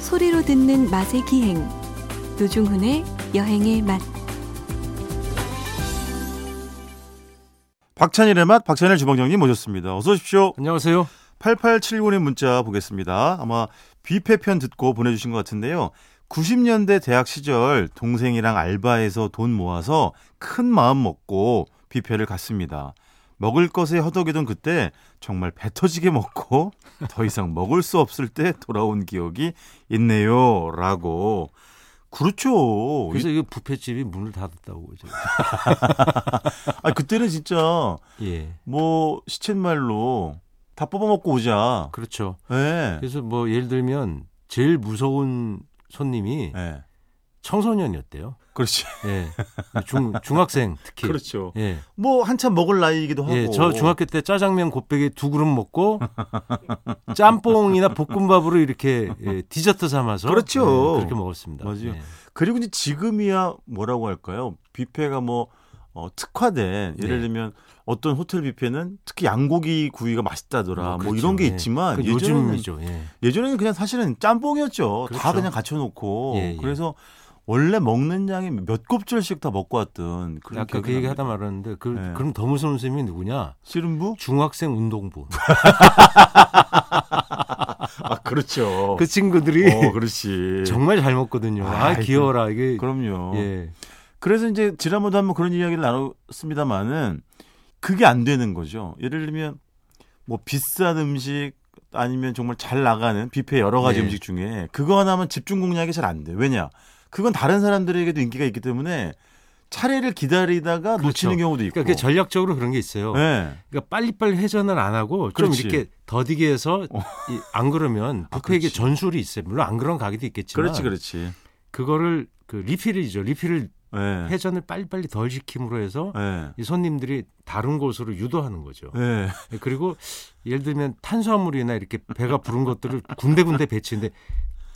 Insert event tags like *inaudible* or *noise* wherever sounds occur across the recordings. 소리로 듣는 맛의 기행 노중훈의 여행의 맛 박찬일의 맛, 박찬일 주방장님 모셨습니다. 어서 오십시오. 안녕하세요. 8879님 문자 보겠습니다. 아마 뷔페편 듣고 보내주신 것 같은데요. 90년대 대학 시절 동생이랑 알바해서 돈 모아서 큰 마음 먹고 뷔페를 갔습니다. 먹을 것에 허덕이던 그때 정말 배 터지게 먹고 *laughs* 더 이상 먹을 수 없을 때 돌아온 기억이 있네요. 라고. 그렇죠. 그래서 이 부패집이 문을 닫았다고 *laughs* 지금. 아, 그때는 진짜 예. 뭐 시쳇말로 다 뽑아먹고 오자. 그렇죠. 예. 그래서 뭐 예를 들면 제일 무서운 손님이 예. 청소년이었대요. 그렇지. *laughs* *laughs* 예. 중 중학생 특히. 그렇죠. 예. 뭐 한참 먹을 나이이기도 하고. 예, 저 중학교 때 짜장면 곱빼기 두 그릇 먹고 *laughs* 짬뽕이나 볶음밥으로 이렇게 예, 디저트 삼아서 그렇죠. 예, 그렇게 먹었습니다. 맞아요. 예. 그리고 이제 지금이야 뭐라고 할까요? 뷔페가 뭐 어, 특화된 예를 네. 들면 어떤 호텔 뷔페는 특히 양고기 구이가 맛있다더라. 뭐 뭐 그렇죠. 이런 게 예. 있지만 그건 예전에는 요즘이죠. 예. 예전에는 그냥 사실은 짬뽕이었죠. 다 그렇죠. 그냥 갖춰놓고 예, 예. 그래서 원래 먹는 양이 몇 곱절씩 다 먹고 왔던 그런 아까 그 기억이 얘기 납니다. 하다 말았는데 그, 예. 그럼 더 무서운 선생님이 누구냐? 씨름부? 중학생 운동부. 아 *laughs* 그렇죠. 그 친구들이 *laughs* 어, 그렇지. 정말 잘 먹거든요. 아, 아이, 귀여워라 이게. 그럼요. 뭐 예. 그래서 이제 지난번도 한번 그런 이야기를 나눴습니다만은 그게 안 되는 거죠. 예를 들면 뭐 비싼 음식 아니면 정말 잘 나가는 뷔페 여러 가지 네. 음식 중에 그거 하나만 집중 공략이 잘 안 돼. 왜냐? 그건 다른 사람들에게도 인기가 있기 때문에 차례를 기다리다가 그렇죠. 놓치는 경우도 있고. 그러니까 그게 전략적으로 그런 게 있어요. 네. 그러니까 빨리빨리 회전을 안 하고 좀 그렇지. 이렇게 더디게 해서 어. 이- 안 그러면 아, 부패에게 그렇지. 전술이 있어요. 물론 안 그런 가게도 있겠지만 그렇지, 그렇지. 거를그 리필이죠. 리필을 네. 회전을 빨리빨리 덜 시킴으로 해서 네. 이 손님들이 다른 곳으로 유도하는 거죠. 네. 그러니까 그리고 예를 들면 탄수화물이나 이렇게 배가 부른 것들을 군데군데 배치는데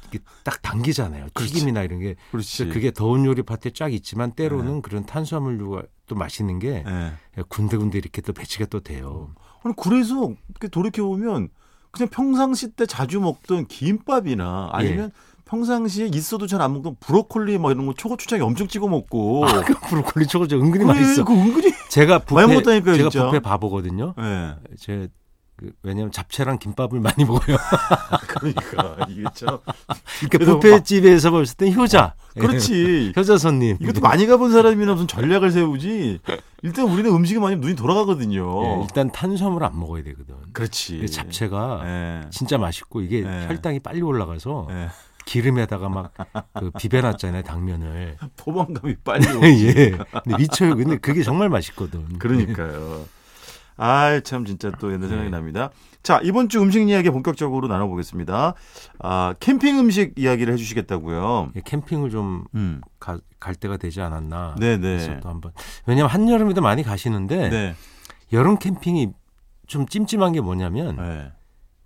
이게 딱 당기잖아요. 그렇지. 튀김이나 이런 게 그렇지. 그래서 그게 더운 요리 파트에 쫙 있지만 예. 때로는 그런 탄수화물류가 또 맛있는 게 네. 군데군데 이렇게 또 배치가 또 돼요. 아니 그래서 돌이켜 보면 그냥 평상시 때 자주 먹던 김밥이나 아니면 예. 평상시에 있어도 잘 안 먹던 브로콜리 막 이런 거 초고 추장에 엄청 찍어 먹고 *laughs* 아, 그 브로콜리 초고저 은근히 그래, 맛있어. 그 *laughs* 은근히 제가 부패 많이 먹었다니까요, 제가 진짜. 부패 바보거든요. 예 제 그, 왜냐면 잡채랑 김밥을 많이 *laughs* 먹어요. 그러니까 이게 참 그러니까 그래서 아, 부패 집에서 봤을 땐 효자. *laughs* 예. 그렇지 효자 손님. 이것도 많이 가본 사람이나 무슨 전략을 세우지 일단 우리는 음식이 많이 눈이 예, 돌아가거든요 일단 탄수화물 안 먹어야 되거든. 그렇지 근데 잡채가 예. 진짜 맛있고 이게 예. 혈당이 빨리 올라가서 예. *laughs* 기름에다가 막 그 비벼놨잖아요 당면을. 포만감이 *laughs* 빨리 오고 예. 근데 미쳐요. 근데 그게 정말 맛있거든. 그러니까요. 아, 참 진짜 또 옛날 생각이 네. 납니다. 자, 이번 주 음식 이야기 본격적으로 나눠보겠습니다. 아, 캠핑 음식 이야기를 해주시겠다고요. 예, 캠핑을 좀 음, 가- 갈 때가 되지 않았나. 네, 그래서 네, 또 한번. 왜냐면 한여름에도 많이 가시는데 네, 여름 캠핑이 좀 찜찜한 게 뭐냐면 네.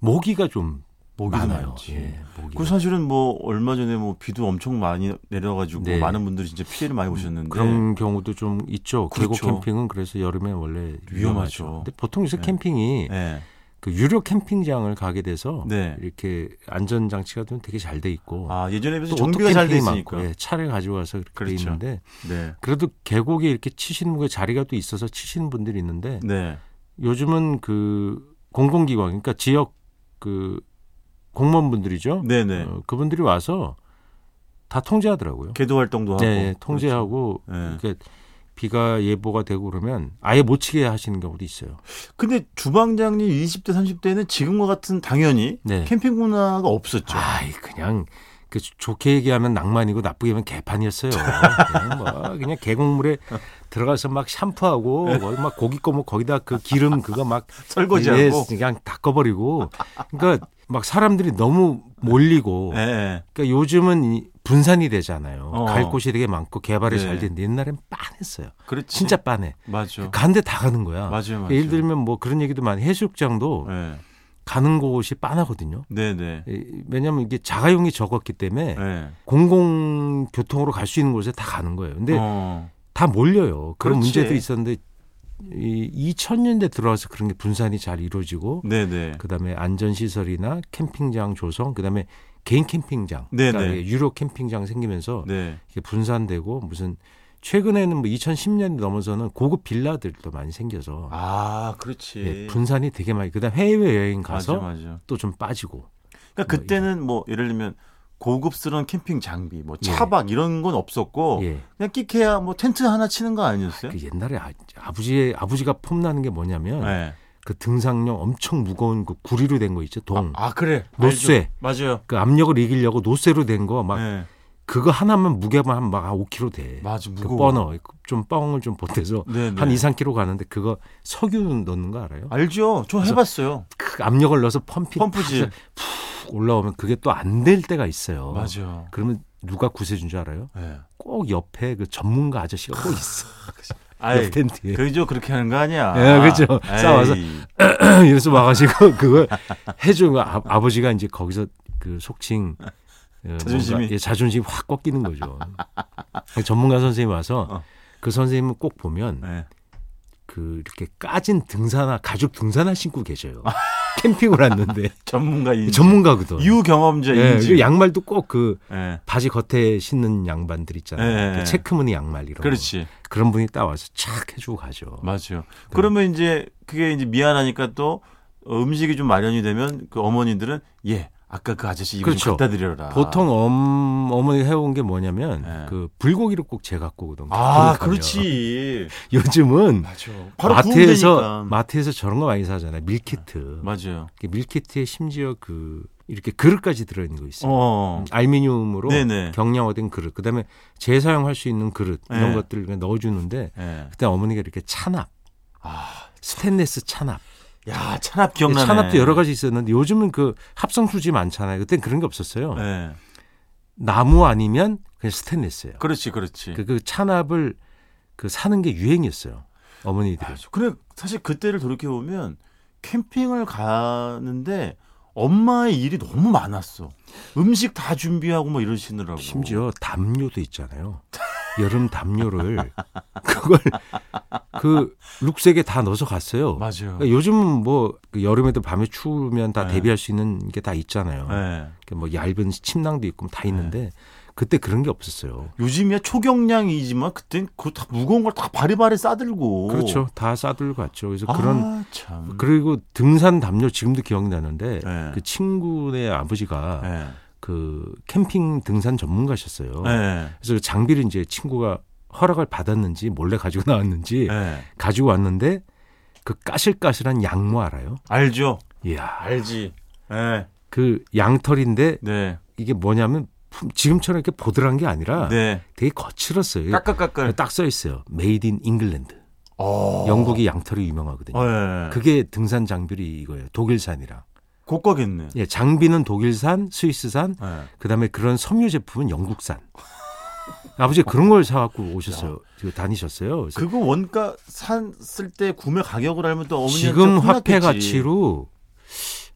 모기가 좀 모기도 많아요. 많지. 예, 모기가. 그 사실은 뭐 얼마 전에 뭐 비도 엄청 많이 내려가지고 네. 많은 분들이 진짜 피해를 많이 보셨는데 그런 경우도 좀 있죠. 그리고 그렇죠. 캠핑은 그래서 여름에 원래 위험하죠. 위험하죠. 근데 보통 요새 네. 캠핑이 네, 그 유료 캠핑장을 가게 돼서 네. 이렇게 안전 장치가 좀 되게 잘 돼 있고 아 예전에 비해서 또 정비가 오토 잘 돼 캠핑이 있으니까. 많고, 예, 차를 가져와서 이렇게 그렇죠. 돼 있는데 네, 그래도 계곡에 이렇게 치시는 분에 자리가 또 있어서 치시는 분들이 있는데 네, 요즘은 그 공공기관 그러니까 지역 그 공무원분들이죠. 네, 네. 어, 그분들이 와서 다 통제하더라고요. 개도 활동도 하고. 네, 예, 통제하고 그렇죠. 예. 그러니까 비가 예보가 되고 그러면 아예 못 치게 하시는 경우도 있어요. 근데 주방장님 20대 30대는 지금과 같은 당연히 네. 캠핑 문화가 없었죠. 아이 그냥 그 좋- 좋게 얘기하면 낭만이고 나쁘게 하면 개판이었어요. 그냥, 뭐 그냥 계곡물에 들어가서 막 샴푸하고 거기 막 고기 꺼먹 거기다 그 기름 그거 막 설거지하고. 예, 그냥 닦아버리고 그러니까 막 사람들이 너무 몰리고 예, 예. 그러니까 요즘은 이 분산이 되잖아요. 어. 갈 곳이 되게 많고 개발이 네. 잘 됐는데 옛날엔 빤했어요. 그렇지. 진짜 빤해. 맞아. 가는데 다 가는 거야. 맞아요, 맞아요. 예를 들면 뭐 그런 얘기도 많이 해수욕장도 예. 가는 곳이 빤하거든요. 네, 네. 이- 왜냐하면 이게 자가용이 적었기 때문에 네. 공공교통으로 갈 수 있는 곳에 다 가는 거예요. 근데 어. 다 몰려요. 그런 그렇지. 문제들이 있었는데 이 2000년대 들어와서 그런 게 분산이 잘 이루어지고 네, 네. 그다음에 안전시설이나 캠핑장 조성 그다음에 개인 캠핑장, 네, 네. 유료 캠핑장 생기면서 네. 이게 분산되고 무슨 최근에는 뭐 2010년이 넘어서는 고급 빌라들도 많이 생겨서 아, 그렇지. 어. 예, 분산이 되게 많이. 그다음 해외 여행 가서 맞아, 맞아. 또 좀 빠지고. 그러니까 뭐 그때는 뭐 예를 들면 고급스러운 캠핑 장비, 뭐 차박 이런 건 없었고 예. 그냥 끼케야 뭐 텐트 하나 치는 거 아니었어요? 그 옛날에 아, 아버지의 아버지가 폼나는 게 뭐냐면 네. 그 등산용 엄청 무거운 그 구리로 된 거 있죠 동. 아, 그래. 노쇠. 알죠. 맞아요. 그 압력을 이기려고 노쇠로 된 거 막 네. 그거 하나면 무게만 한막 5kg 돼. 맞아. 그 무거워. 뻔어 좀 뻥을 좀 보태서 네, 네. 한 2, 3kg 가는데 그거 석유 넣는 거 알아요? 알죠. 저 그래서- 해 봤어요. 그 압력을 넣어서 펌핑 펌프질. 탁 해서 푹 올라오면 그게 또 안 될 때가 있어요. 맞아요. 그러면 누가 구세준 줄 알아요? 예. 꼭 옆에 그 전문가 아저씨가 꼭 있어. *laughs* 아이, 옆 텐트에. *laughs* 그죠 그렇게 하는 거 아니야. 예, 그죠. 에이. 예. 싸워서. 이래서 와가지고 *laughs* 그걸 해주고 아, 아버지가 이제 거기서 그 속칭 어, 뭔가, 자존심이. 예, 자존심이 확 꺾이는 거죠. 전문가 선생님이 와서 어. 그 선생님은 꼭 보면 예. 그 이렇게 까진 등산화 가죽 등산화 신고 계셔요. *laughs* 캠핑을 왔는데 전문가 *laughs* 인지. 전문가거든. 유 경험자 예, 인지. 그리고 양말도 꼭 그 예. 바지 겉에 신는 양반들 있잖아요. 예, 예, 그 예. 체크무늬 양말 이런 거. 그렇지. 그런 분이 딱 와서 착 해주고 가죠. 맞아요. 네. 그러면 이제 그게 이제 미안하니까 또 어, 음식이 좀 마련이 되면 그 어머니들은 예 아까 그 아저씨 입을 그렇죠. 좀 갖다 드려라. 보통 엄, 어머니 해온 게 뭐냐면 예. 그 불고기를 꼭 제가 구거든요. 아 그러니까요. 그렇지. *laughs* 요즘은 맞아. 마트에서 마트에서 저런 거 많이 사잖아요. 밀키트. 맞아요. 그 밀키트에 심지어 그 이렇게 그릇까지 들어있는 거 있어요. 어. 알미늄으로 네네. 경량화된 그릇, 그다음에 재사용할 수 있는 그릇 이런 네. 것들을 그냥 넣어주는데 예. 그때 어머니가 이렇게 찬압, 아, 스테인레스 찬압, 야 찬압 기억나네. 찬압도 예, 여러 가지 있었는데 요즘은 그 합성 수지 많잖아요. 그땐 그런 게 없었어요. 예. 나무 아니면 그냥 스테인레스예요. 그렇지, 그렇지. 그, 그 찬압을 그 사는 게 유행이었어요. 어머니들이. 맞아. 그렇죠. 그래 사실 그때를 돌이켜 보면 캠핑을 가는데 엄마의 일이 너무 많았어. 음식 다 준비하고 뭐 이러시느라고. 심지어 담요도 있잖아요. 여름 담요를 *laughs* 그걸 그 룩색에 다 넣어서 갔어요. 맞아요. 그러니까 요즘은 뭐그 여름에도 밤에 추우면 다 네. 대비할 수 있는 게 다 있잖아요. 예. 이렇게 뭐 얇은 침낭도 있고 뭐 다 네. 있는데 그때 그런 게 없었어요. 요즘이야 초경량이지만 그땐 그 다 무거운 걸 다 바리바리 싸들고. 그렇죠. 다 싸들고 갔죠. 그래서 아, 그런 참. 그리고 등산 담요 지금도 기억나는데 네. 그 친구의 아버지가 예. 그 캠핑 등산 전문가셨어요. 예. 그래서 그 장비를 이제 친구가 허락을 받았는지 몰래 가지고 나왔는지 예. 가지고 왔는데 그 까실까실한 양모 알아요? 알죠. 이야. 알지. 예. 그 양털인데 네. 이게 뭐냐면 품- 지금처럼 이렇게 보드란 게 아니라 네. 되게 거칠었어요. 까끌까끌. 딱 써 있어요. Made in England. 어. 영국이 양털이 유명하거든요. 어, 예. 그 그게 등산 장비이 이거예요. 독일산이랑. 고가겠네. 예, 장비는 독일산, 스위스산, 예. 그다음에 그런 섬유 *laughs* 제품은 영국산. 아버지 그런 걸 사갖고 오셨어요. 지금 다니셨어요. 그래서 그거 원가 샀을 때 구매 가격을 알면 또 어머니한테 지금 화폐 혼났겠지. 가치로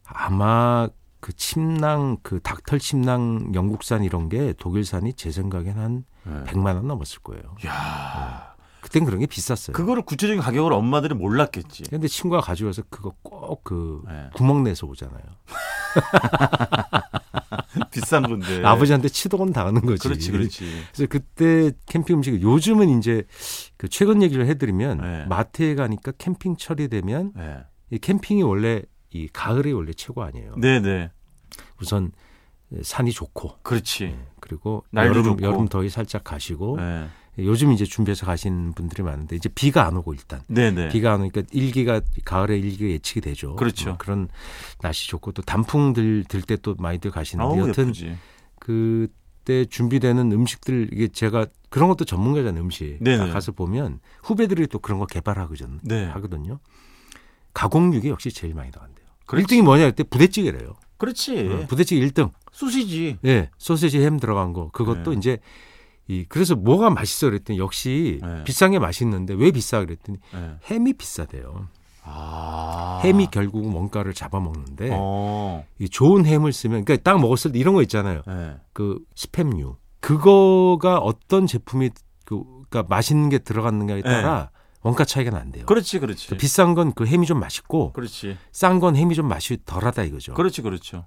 아마 그 침낭 그 닭털 침낭 영국산 이런 게 독일산이 제 생각엔 한 예. 100만 원 넘었을 거예요. 야. 그땐 그런 게 비쌌어요. 그... 그거를 구체적인 가격을 엄마들이 *laughs* 몰랐겠지. 근데 친구가 가져와서 그거 꼭 그 예. 구멍 내서 오잖아요. 비싼 건데. 아버지한테 치도건 당하는 거지. 네. 그렇지, 그렇지. 그래서 그때 캠핑 음식 요즘은 이제 그 최근 얘기를 해드리면 네. 마트에 가니까 캠핑철이 되면 예. 이 캠핑이 원래 이 가을이 원래 최고 아니에요. 네, 네. 우선 산이 좋고 그렇지. 그리고 날도 여름, 좋고. 여름 더위 살짝 가시고 예. 요즘 이제 준비해서 가시는 분들이 많은데 이제 비가 안 오고 일단 네, 네. 비가 안 오니까 일기가 가을에 일기가 예측이 되죠. 그렇죠. 뭐 그런 날씨 좋고 또 단풍 들 들 때 또 많이들 가시는데 아우 여튼 예쁘지. 그때 준비되는 음식들 이게 제가 그런 것도 전문가잖아요 음식 네네. 가서 보면 후배들이 또 그런 거 개발하거든요. 네. 하거든요. 가공육이 역시 제일 많이 나간대요. 그렇지. 1등이 뭐냐 그때 부대찌개래요. 그렇지. 어, 부대찌개 1등. 소시지. 예. 소세지 햄 들어간 거 그것도 네. 이제 이 그래서 뭐가 맛있어 그랬더니 역시 네. 비싼 게 맛있는데 왜 비싸 그랬더니 네. 햄이 비싸대요. 아. 햄이 결국 원가를 잡아먹는데 어. 이 좋은 햄을 쓰면 그러니까 딱 먹었을 때 이런 거 있잖아요. 네. 그 스팸류 그거가 어떤 제품이 그 그러니까 맛있는 게 들어갔는가에 따라 원가 차이가 난대요. 네. 그렇지, 그렇지. 비싼 건 그 햄이 좀 맛있고 그렇지. 싼 건 햄이 좀 맛이 덜하다 이거죠. 그렇지, 그렇죠.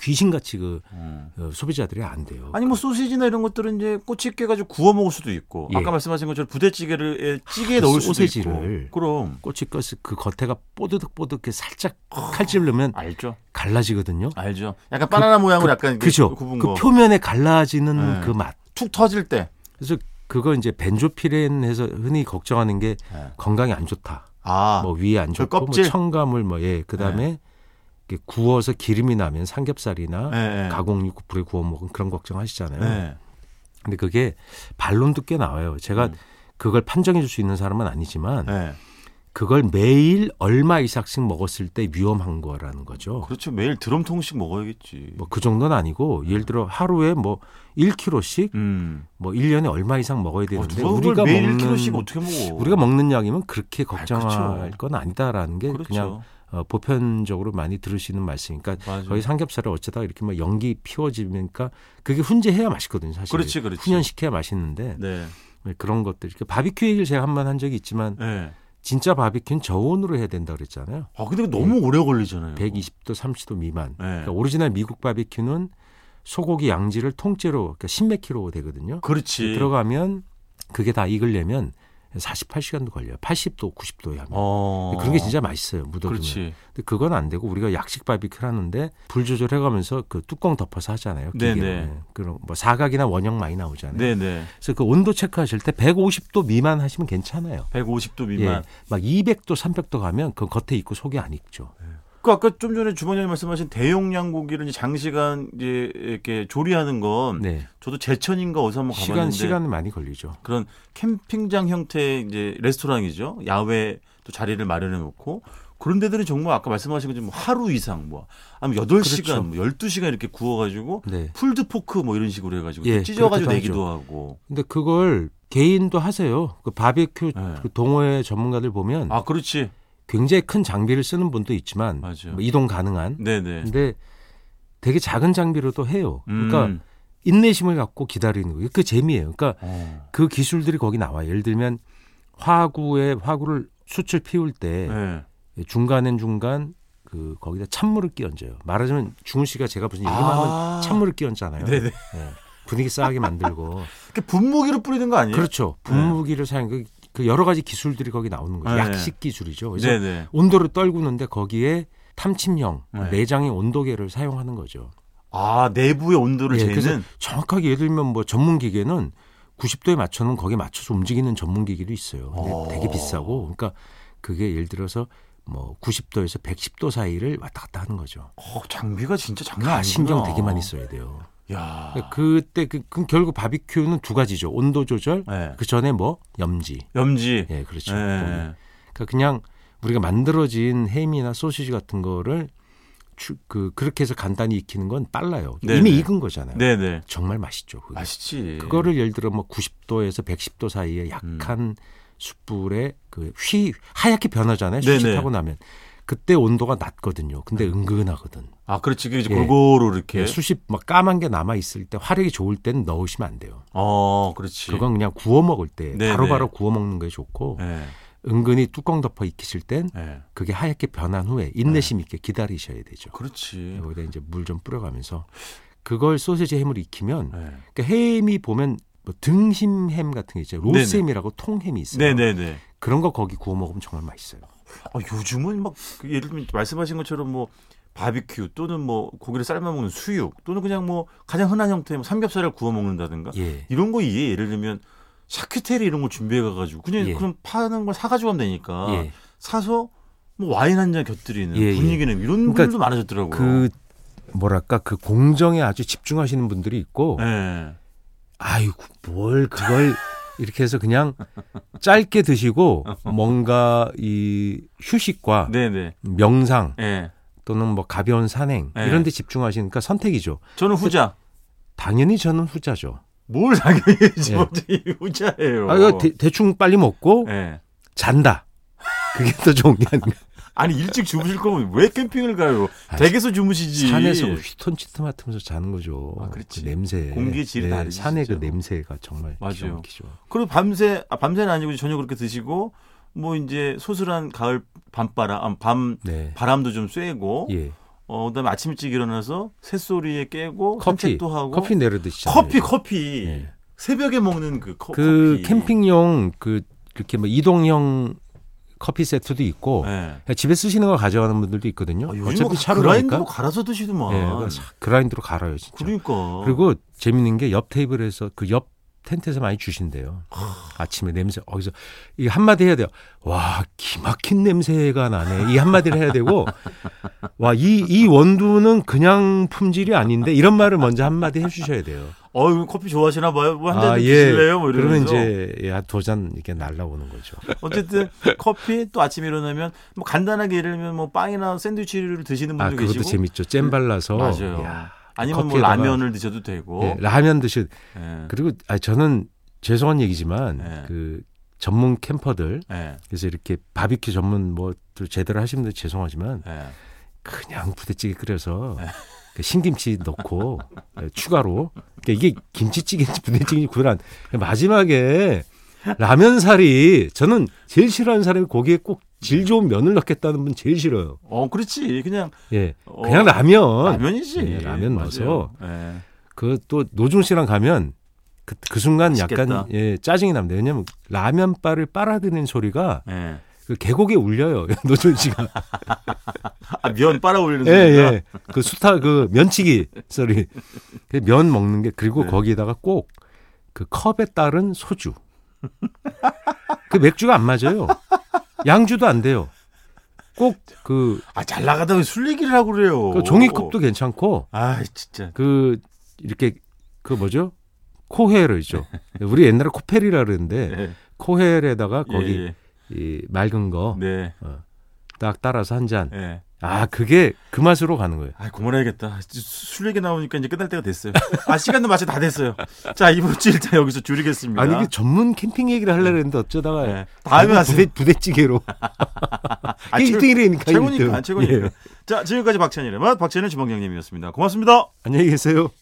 귀신같이 그 음. 어, 소비자들이 안 돼요. 아니 뭐 소시지나 이런 것들은 이제 꼬치 깨가지고 구워 먹을 수도 있고 예. 아까 말씀하신 것처럼 부대찌개를 에, 찌개에 넣을 수도 소시지를. 있고 그럼 꼬치 가스 그 겉에가 뽀드득뽀득해 살짝 칼집 넣으면 알죠 갈라지거든요. 알죠 약간 바나나 모양으로 약간 이렇게 그, 그죠? 굽은 그 네, 거. 표면에 네. 갈라지는 그 맛. 툭 터질 때 그래서 그거 이제 벤조피렌에서 흔히 걱정하는 게 네. 건강에 안 좋다. 아, 뭐 위에 안 그 좋고 뭐 껍질? 네. 첨가물 뭐 예. 그다음에 이렇게 구워서 기름이 나면 삼겹살이나 예, 예. 가공육 불에 구워 먹은 그런 걱정하시잖아요. 네. 근데 그게 반론도 꽤 나와요. 제가 음. 그걸 판정해 줄 수 있는 사람은 아니지만 네. 그걸 매일 얼마 이상씩 먹었을 때 위험한 거라는 거죠. 그렇죠 매일 드럼통씩 먹어야겠지 뭐 그 정도는 아니고 예를 들어 하루에 뭐 1kg씩 네. 음. 뭐 1년에 얼마 이상 먹어야 어, 되는데 누가 우리가 우리가 매일 먹는 1kg씩 어떻게 먹어 우리가 먹는 양이면 그렇게 아, 걱정할 그렇죠. 건 아니다라는 게 그렇죠. 그냥 어, 보편적으로 많이 들으시는 말씀이니까 맞아요. 거의 삼겹살을 어쩌다 이렇게 막 연기 피워지니까 그게 훈제해야 맛있거든요, 사실. 그렇지, 그렇지. 훈연시켜야 맛있는데 네. 그런 것들. 그 바비큐 얘기를 제가 한 번 한 적이 있지만 네. 진짜 바비큐는 저온으로 해야 된다 그랬잖아요. 아 근데 너무 예. 오래 걸리잖아요. 120도, 30도 미만. 어. 네. 그러니까 오리지널 미국 바비큐는 소고기 양지를 통째로 그러니까 10몇 킬로 되거든요. 그렇지. 들어가면 그게 다 익으려면 48시간도 걸려요. 80도, 90도에 하면. 어. 그런 게 진짜 맛있어요. 묻어두면. 그렇지. 근데 그건 안 되고 우리가 약식 바비큐를 하는데 불 조절해가면서 그 뚜껑 덮어서 하잖아요. 기계로. 네네. 네. 그런 뭐 사각이나 원형 많이 나오잖아요. 네네. 그래서 그 온도 체크하실 때 150도 미만 하시면 괜찮아요. 150도 예, 미만. 막 200도, 300도 가면 그 겉에 있고 속에 안 익죠. 그 아까 좀 전에 주방장님 말씀하신 대용량 고기를 이제 장시간 이제 이렇게 조리하는 건 네, 저도 제천인가 어디서 음. 한번 시간 가봤는데 시간 많이 걸리죠. 그런 캠핑장 형태의 이제 레스토랑이죠. 야외 또 자리를 마련해 놓고 그런 데들은 정말 아까 말씀하신 것처럼 뭐 하루 이상 뭐 아니면 8시간 그렇죠. 뭐 12시간 이렇게 구워 가지고 네. 풀드 포크 뭐 이런 식으로 해 가지고 예, 찢어 가지고 그렇기도 내기도 하고. 근데 그걸 개인도 하세요. 그 바비큐 네. 그 동호회 전문가들 보면 아, 그렇지. 굉장히 큰 장비를 쓰는 분도 있지만 맞아요. 뭐 이동 가능한. 네, 네. 근데 되게 작은 장비로도 해요. 그러니까 음. 인내심을 갖고 기다리는 거예요. 그 재미예요. 그러니까 어. 그 기술들이 거기 나와요. 예를 들면 화구에 화구를 숯을 피울 때 네. 중간엔 중간 그 거기다 찬물을 끼얹어요. 말하자면 중훈 씨가 제가 무슨 얘기만 아. 하면 찬물을 끼얹잖아요. 네네. 예. 분위기 *laughs* 싸하게 만들고 이렇게 분무기로 뿌리는 거 아니에요? 그렇죠. 분무기를 사용 그, 그 여러 가지 기술들이 거기 나오는 거예요. 네. 약식 기술이죠. 그래서 네, 네. 온도를 떨구는데 거기에 탐침형 네. 내장의 온도계를 사용하는 거죠. 아, 내부의 온도를 예, 그래서 재는 정확하게 예를 들면 뭐 전문 기계는 90도에 맞춰놓으면 거기에 맞춰서 움직이는 전문 기기도 있어요. 근데 어. 되게 비싸고 그러니까 그게 예를 들어서 뭐 90도에서 110도 사이를 왔다 갔다 하는 거죠. 어, 장비가 진짜 장난 아니구나. 아. 신경 되게 많이 써야 돼요. 야. 그때 그, 그 결국 바비큐는 두 가지죠. 온도 조절 네. 그 전에 뭐 염지. 염지. 예, 그렇죠. 네. 그러니까 그냥 우리가 만들어진 햄이나 소시지 같은 거를 추- 그 그렇게 해서 간단히 익히는 건 빨라요. 네네. 이미 익은 거잖아요. 네, 네. 정말 맛있죠. 그게. 맛있지. 그거를 예를 들어 뭐 90도에서 110도 음. 사이에 약한 숯불에 그 휘 하얗게 변하잖아요. 네네. 음. 숯이 타고 나면 그때 온도가 낮거든요. 근데 은근하거든. 아, 그렇지. 그게 이제 예. 골고루 이렇게. 숯이 막 까만 게 남아 있을 때 화력이 좋을 때는 넣으시면 안 돼요. 어, 그렇지. 그건 그냥 구워 먹을 때 네네. 바로바로 구워 먹는 게 좋고 예. 은근히 뚜껑 덮어 익히실 땐 예. 그게 하얗게 변한 후에 인내심 있게 기다리셔야 네. 되죠. 그렇지. 네. 여기다 이제 물 좀 뿌려가면서 그걸 소세지 햄을 익히면 예. 그러니까 햄이 보면 뭐 등심 햄 같은 게 있죠. 로스햄이라고 통햄이 있어요. 네, 네, 네. 그런 거 거기 구워 먹으면 정말 맛있어요. 아, 요즘은 막그 예를 들면 말씀하신 것처럼 뭐 바비큐 또는 뭐 고기를 삶아 먹는 수육 또는 그냥 뭐 가장 흔한 형태의 뭐 삼겹살을 구워 먹는다든가 예. 이런 거 이해 예를 들면 샤크테리 이런 걸 준비해 가가지고 그냥 예. 그런 파는 걸 사가지고 가면 되니까 예. 사서 뭐 와인 한 잔 곁들이는 예, 예. 분위기는 이런 그러니까 분들도 많아졌더라고요. 그 뭐랄까 그 공정에 아주 집중하시는 분들이 있고 예. 아이고 뭘 그걸 이렇게 해서 그냥 짧게 드시고 뭔가 이 휴식과 네, 네. 명상 예. 또는 뭐 가벼운 산행 예. 이런 데 집중하시니까 선택이죠. 저는 후자. 당연히 저는 후자죠. 뭘 당연히 예. 저도 이 후자예요. 아, 이거 대, 충 빨리 먹고 예. 잔다. 그게 더 좋은 게 아닌가. 아니 일찍 주무실 거면 왜 캠핑을 가요? 아, 댁에서 주무시지. 산에서 뭐 휘톤치트 맡으면서 자는 거죠. 예. 아, 그렇지. 그 냄새. 공기의 질이 다르지, 산의 그 진짜. 냄새가 정말 기가 맞아요. 막히죠. 그리고 밤새 아, 밤새는 아니고 저녁 그렇게 드시고 뭐 이제 소슬한 가을 밤바람 아, 밤 네. 바람도 좀 쐬고 예. 어, 그다음에 아침 일찍 일어나서 새소리에 깨고 커피 어, 산책도 하고 커피 내려 드시죠. 커피 커피. 예. 새벽에 먹는 그, 커, 그 커피. 캠핑용 그 이렇게 뭐 이동형 커피 세트도 있고 예. 그냥 집에 쓰시는 걸 가져가는 분들도 아, 있거든요. 요즘 어차피 뭐 차로 그라인드로 가니까 갈아서 드시더만. 예, 그거 사- 그라인드로 갈아요 진짜. 그러니까. 그리고 재밌는 게 옆 테이블에서 그 옆 텐트에서 많이 주신대요. 아침에 냄새 어디서 이 한마디 해야 돼요. 와 기막힌 냄새가 나네. 이 한마디를 해야 되고 와 이 이 원두는 그냥 품질이 아닌데 이런 말을 먼저 한마디 해주셔야 돼요. 어유 커피 좋아하시나 봐요. 뭐 한 잔 아, 예. 드실래요? 뭐 그러면 이러면서. 이제 예, 두잔 이렇게 날라오는 거죠. 어쨌든 커피 또 아침에 일어나면 뭐 간단하게 예를 들면 뭐 빵이나 샌드위치를 드시는 아 분도 그것도 계시고. 재밌죠. 잼 발라서 맞아요. 그렇죠. 어? 야, 아니면 뭐 커피에다가- 라면을 드셔도 되고. 예, 라면 드시. 예. 그리고 아 저는 죄송한 얘기지만 네. 그 전문 캠퍼들 예. 그래서 이렇게 바비큐 전문 뭐또 제대로 하시는 분들 죄송하지만 예. 그냥 부대찌개 끓여서 그 신김치 넣고 예, 추가로 그러니까 이게 김치찌개인지 부대찌개인지 구별한 마지막에 라면살이 저는 제일 싫어하는 사람이 고기에 꼭 질 좋은 면을 넣겠다는 분 제일 싫어요. 어, 그렇지. 그냥 예, 어, 그냥 라면. 라면이지. 예, 라면 넣어서 맞아요. 예. 그 또 노중 씨랑 가면 그, 그 순간 맛있겠다. 약간 예, 짜증이 납니다. 왜냐하면 라면 바를 빨아드는 소리가 예. 그 계곡에 울려요. *laughs* 노준 씨가. 아, 면 빨아 올리는 예, 소리가. 예. 그 수타 그 면치기 소리. 그면 먹는 게 그리고 네. 거기에다가 꼭 그 컵에 따른 소주. 그 맥주가 안 맞아요. 양주도 안 돼요. 꼭 그 아, 잘 나가다 왜 술 얘기를 하고 그래요. 어. 종이컵도 괜찮고 아, 진짜. 그 이렇게 그 뭐죠? 코헬을 있죠. 우리 옛날에 코펠이라 그러는데 예. 코헬에다가 거기 어. 예, 이 맑은 거 예. 딱 네. 따라서 한 잔. 예. 아, 그게 그 맛으로 가는 거예요. 아, 그만해야겠다. 술 얘기 나오니까 이제 끝날 때가 됐어요. 아, 시간도 마치 다 됐어요. 자, 이번 주 일단 여기서 줄이겠습니다. 아니 이게 전문 캠핑 얘기를 하려고 했는데 어쩌다가 예. 다음에 하세요. 부대, 부대찌개로 아, 이게 최고- 1등이라니까 최고니까, 최고니까. 예. 자, 지금까지 박찬일의 맛, 박찬일 주방장님이었습니다. 고맙습니다. 안녕히 계세요.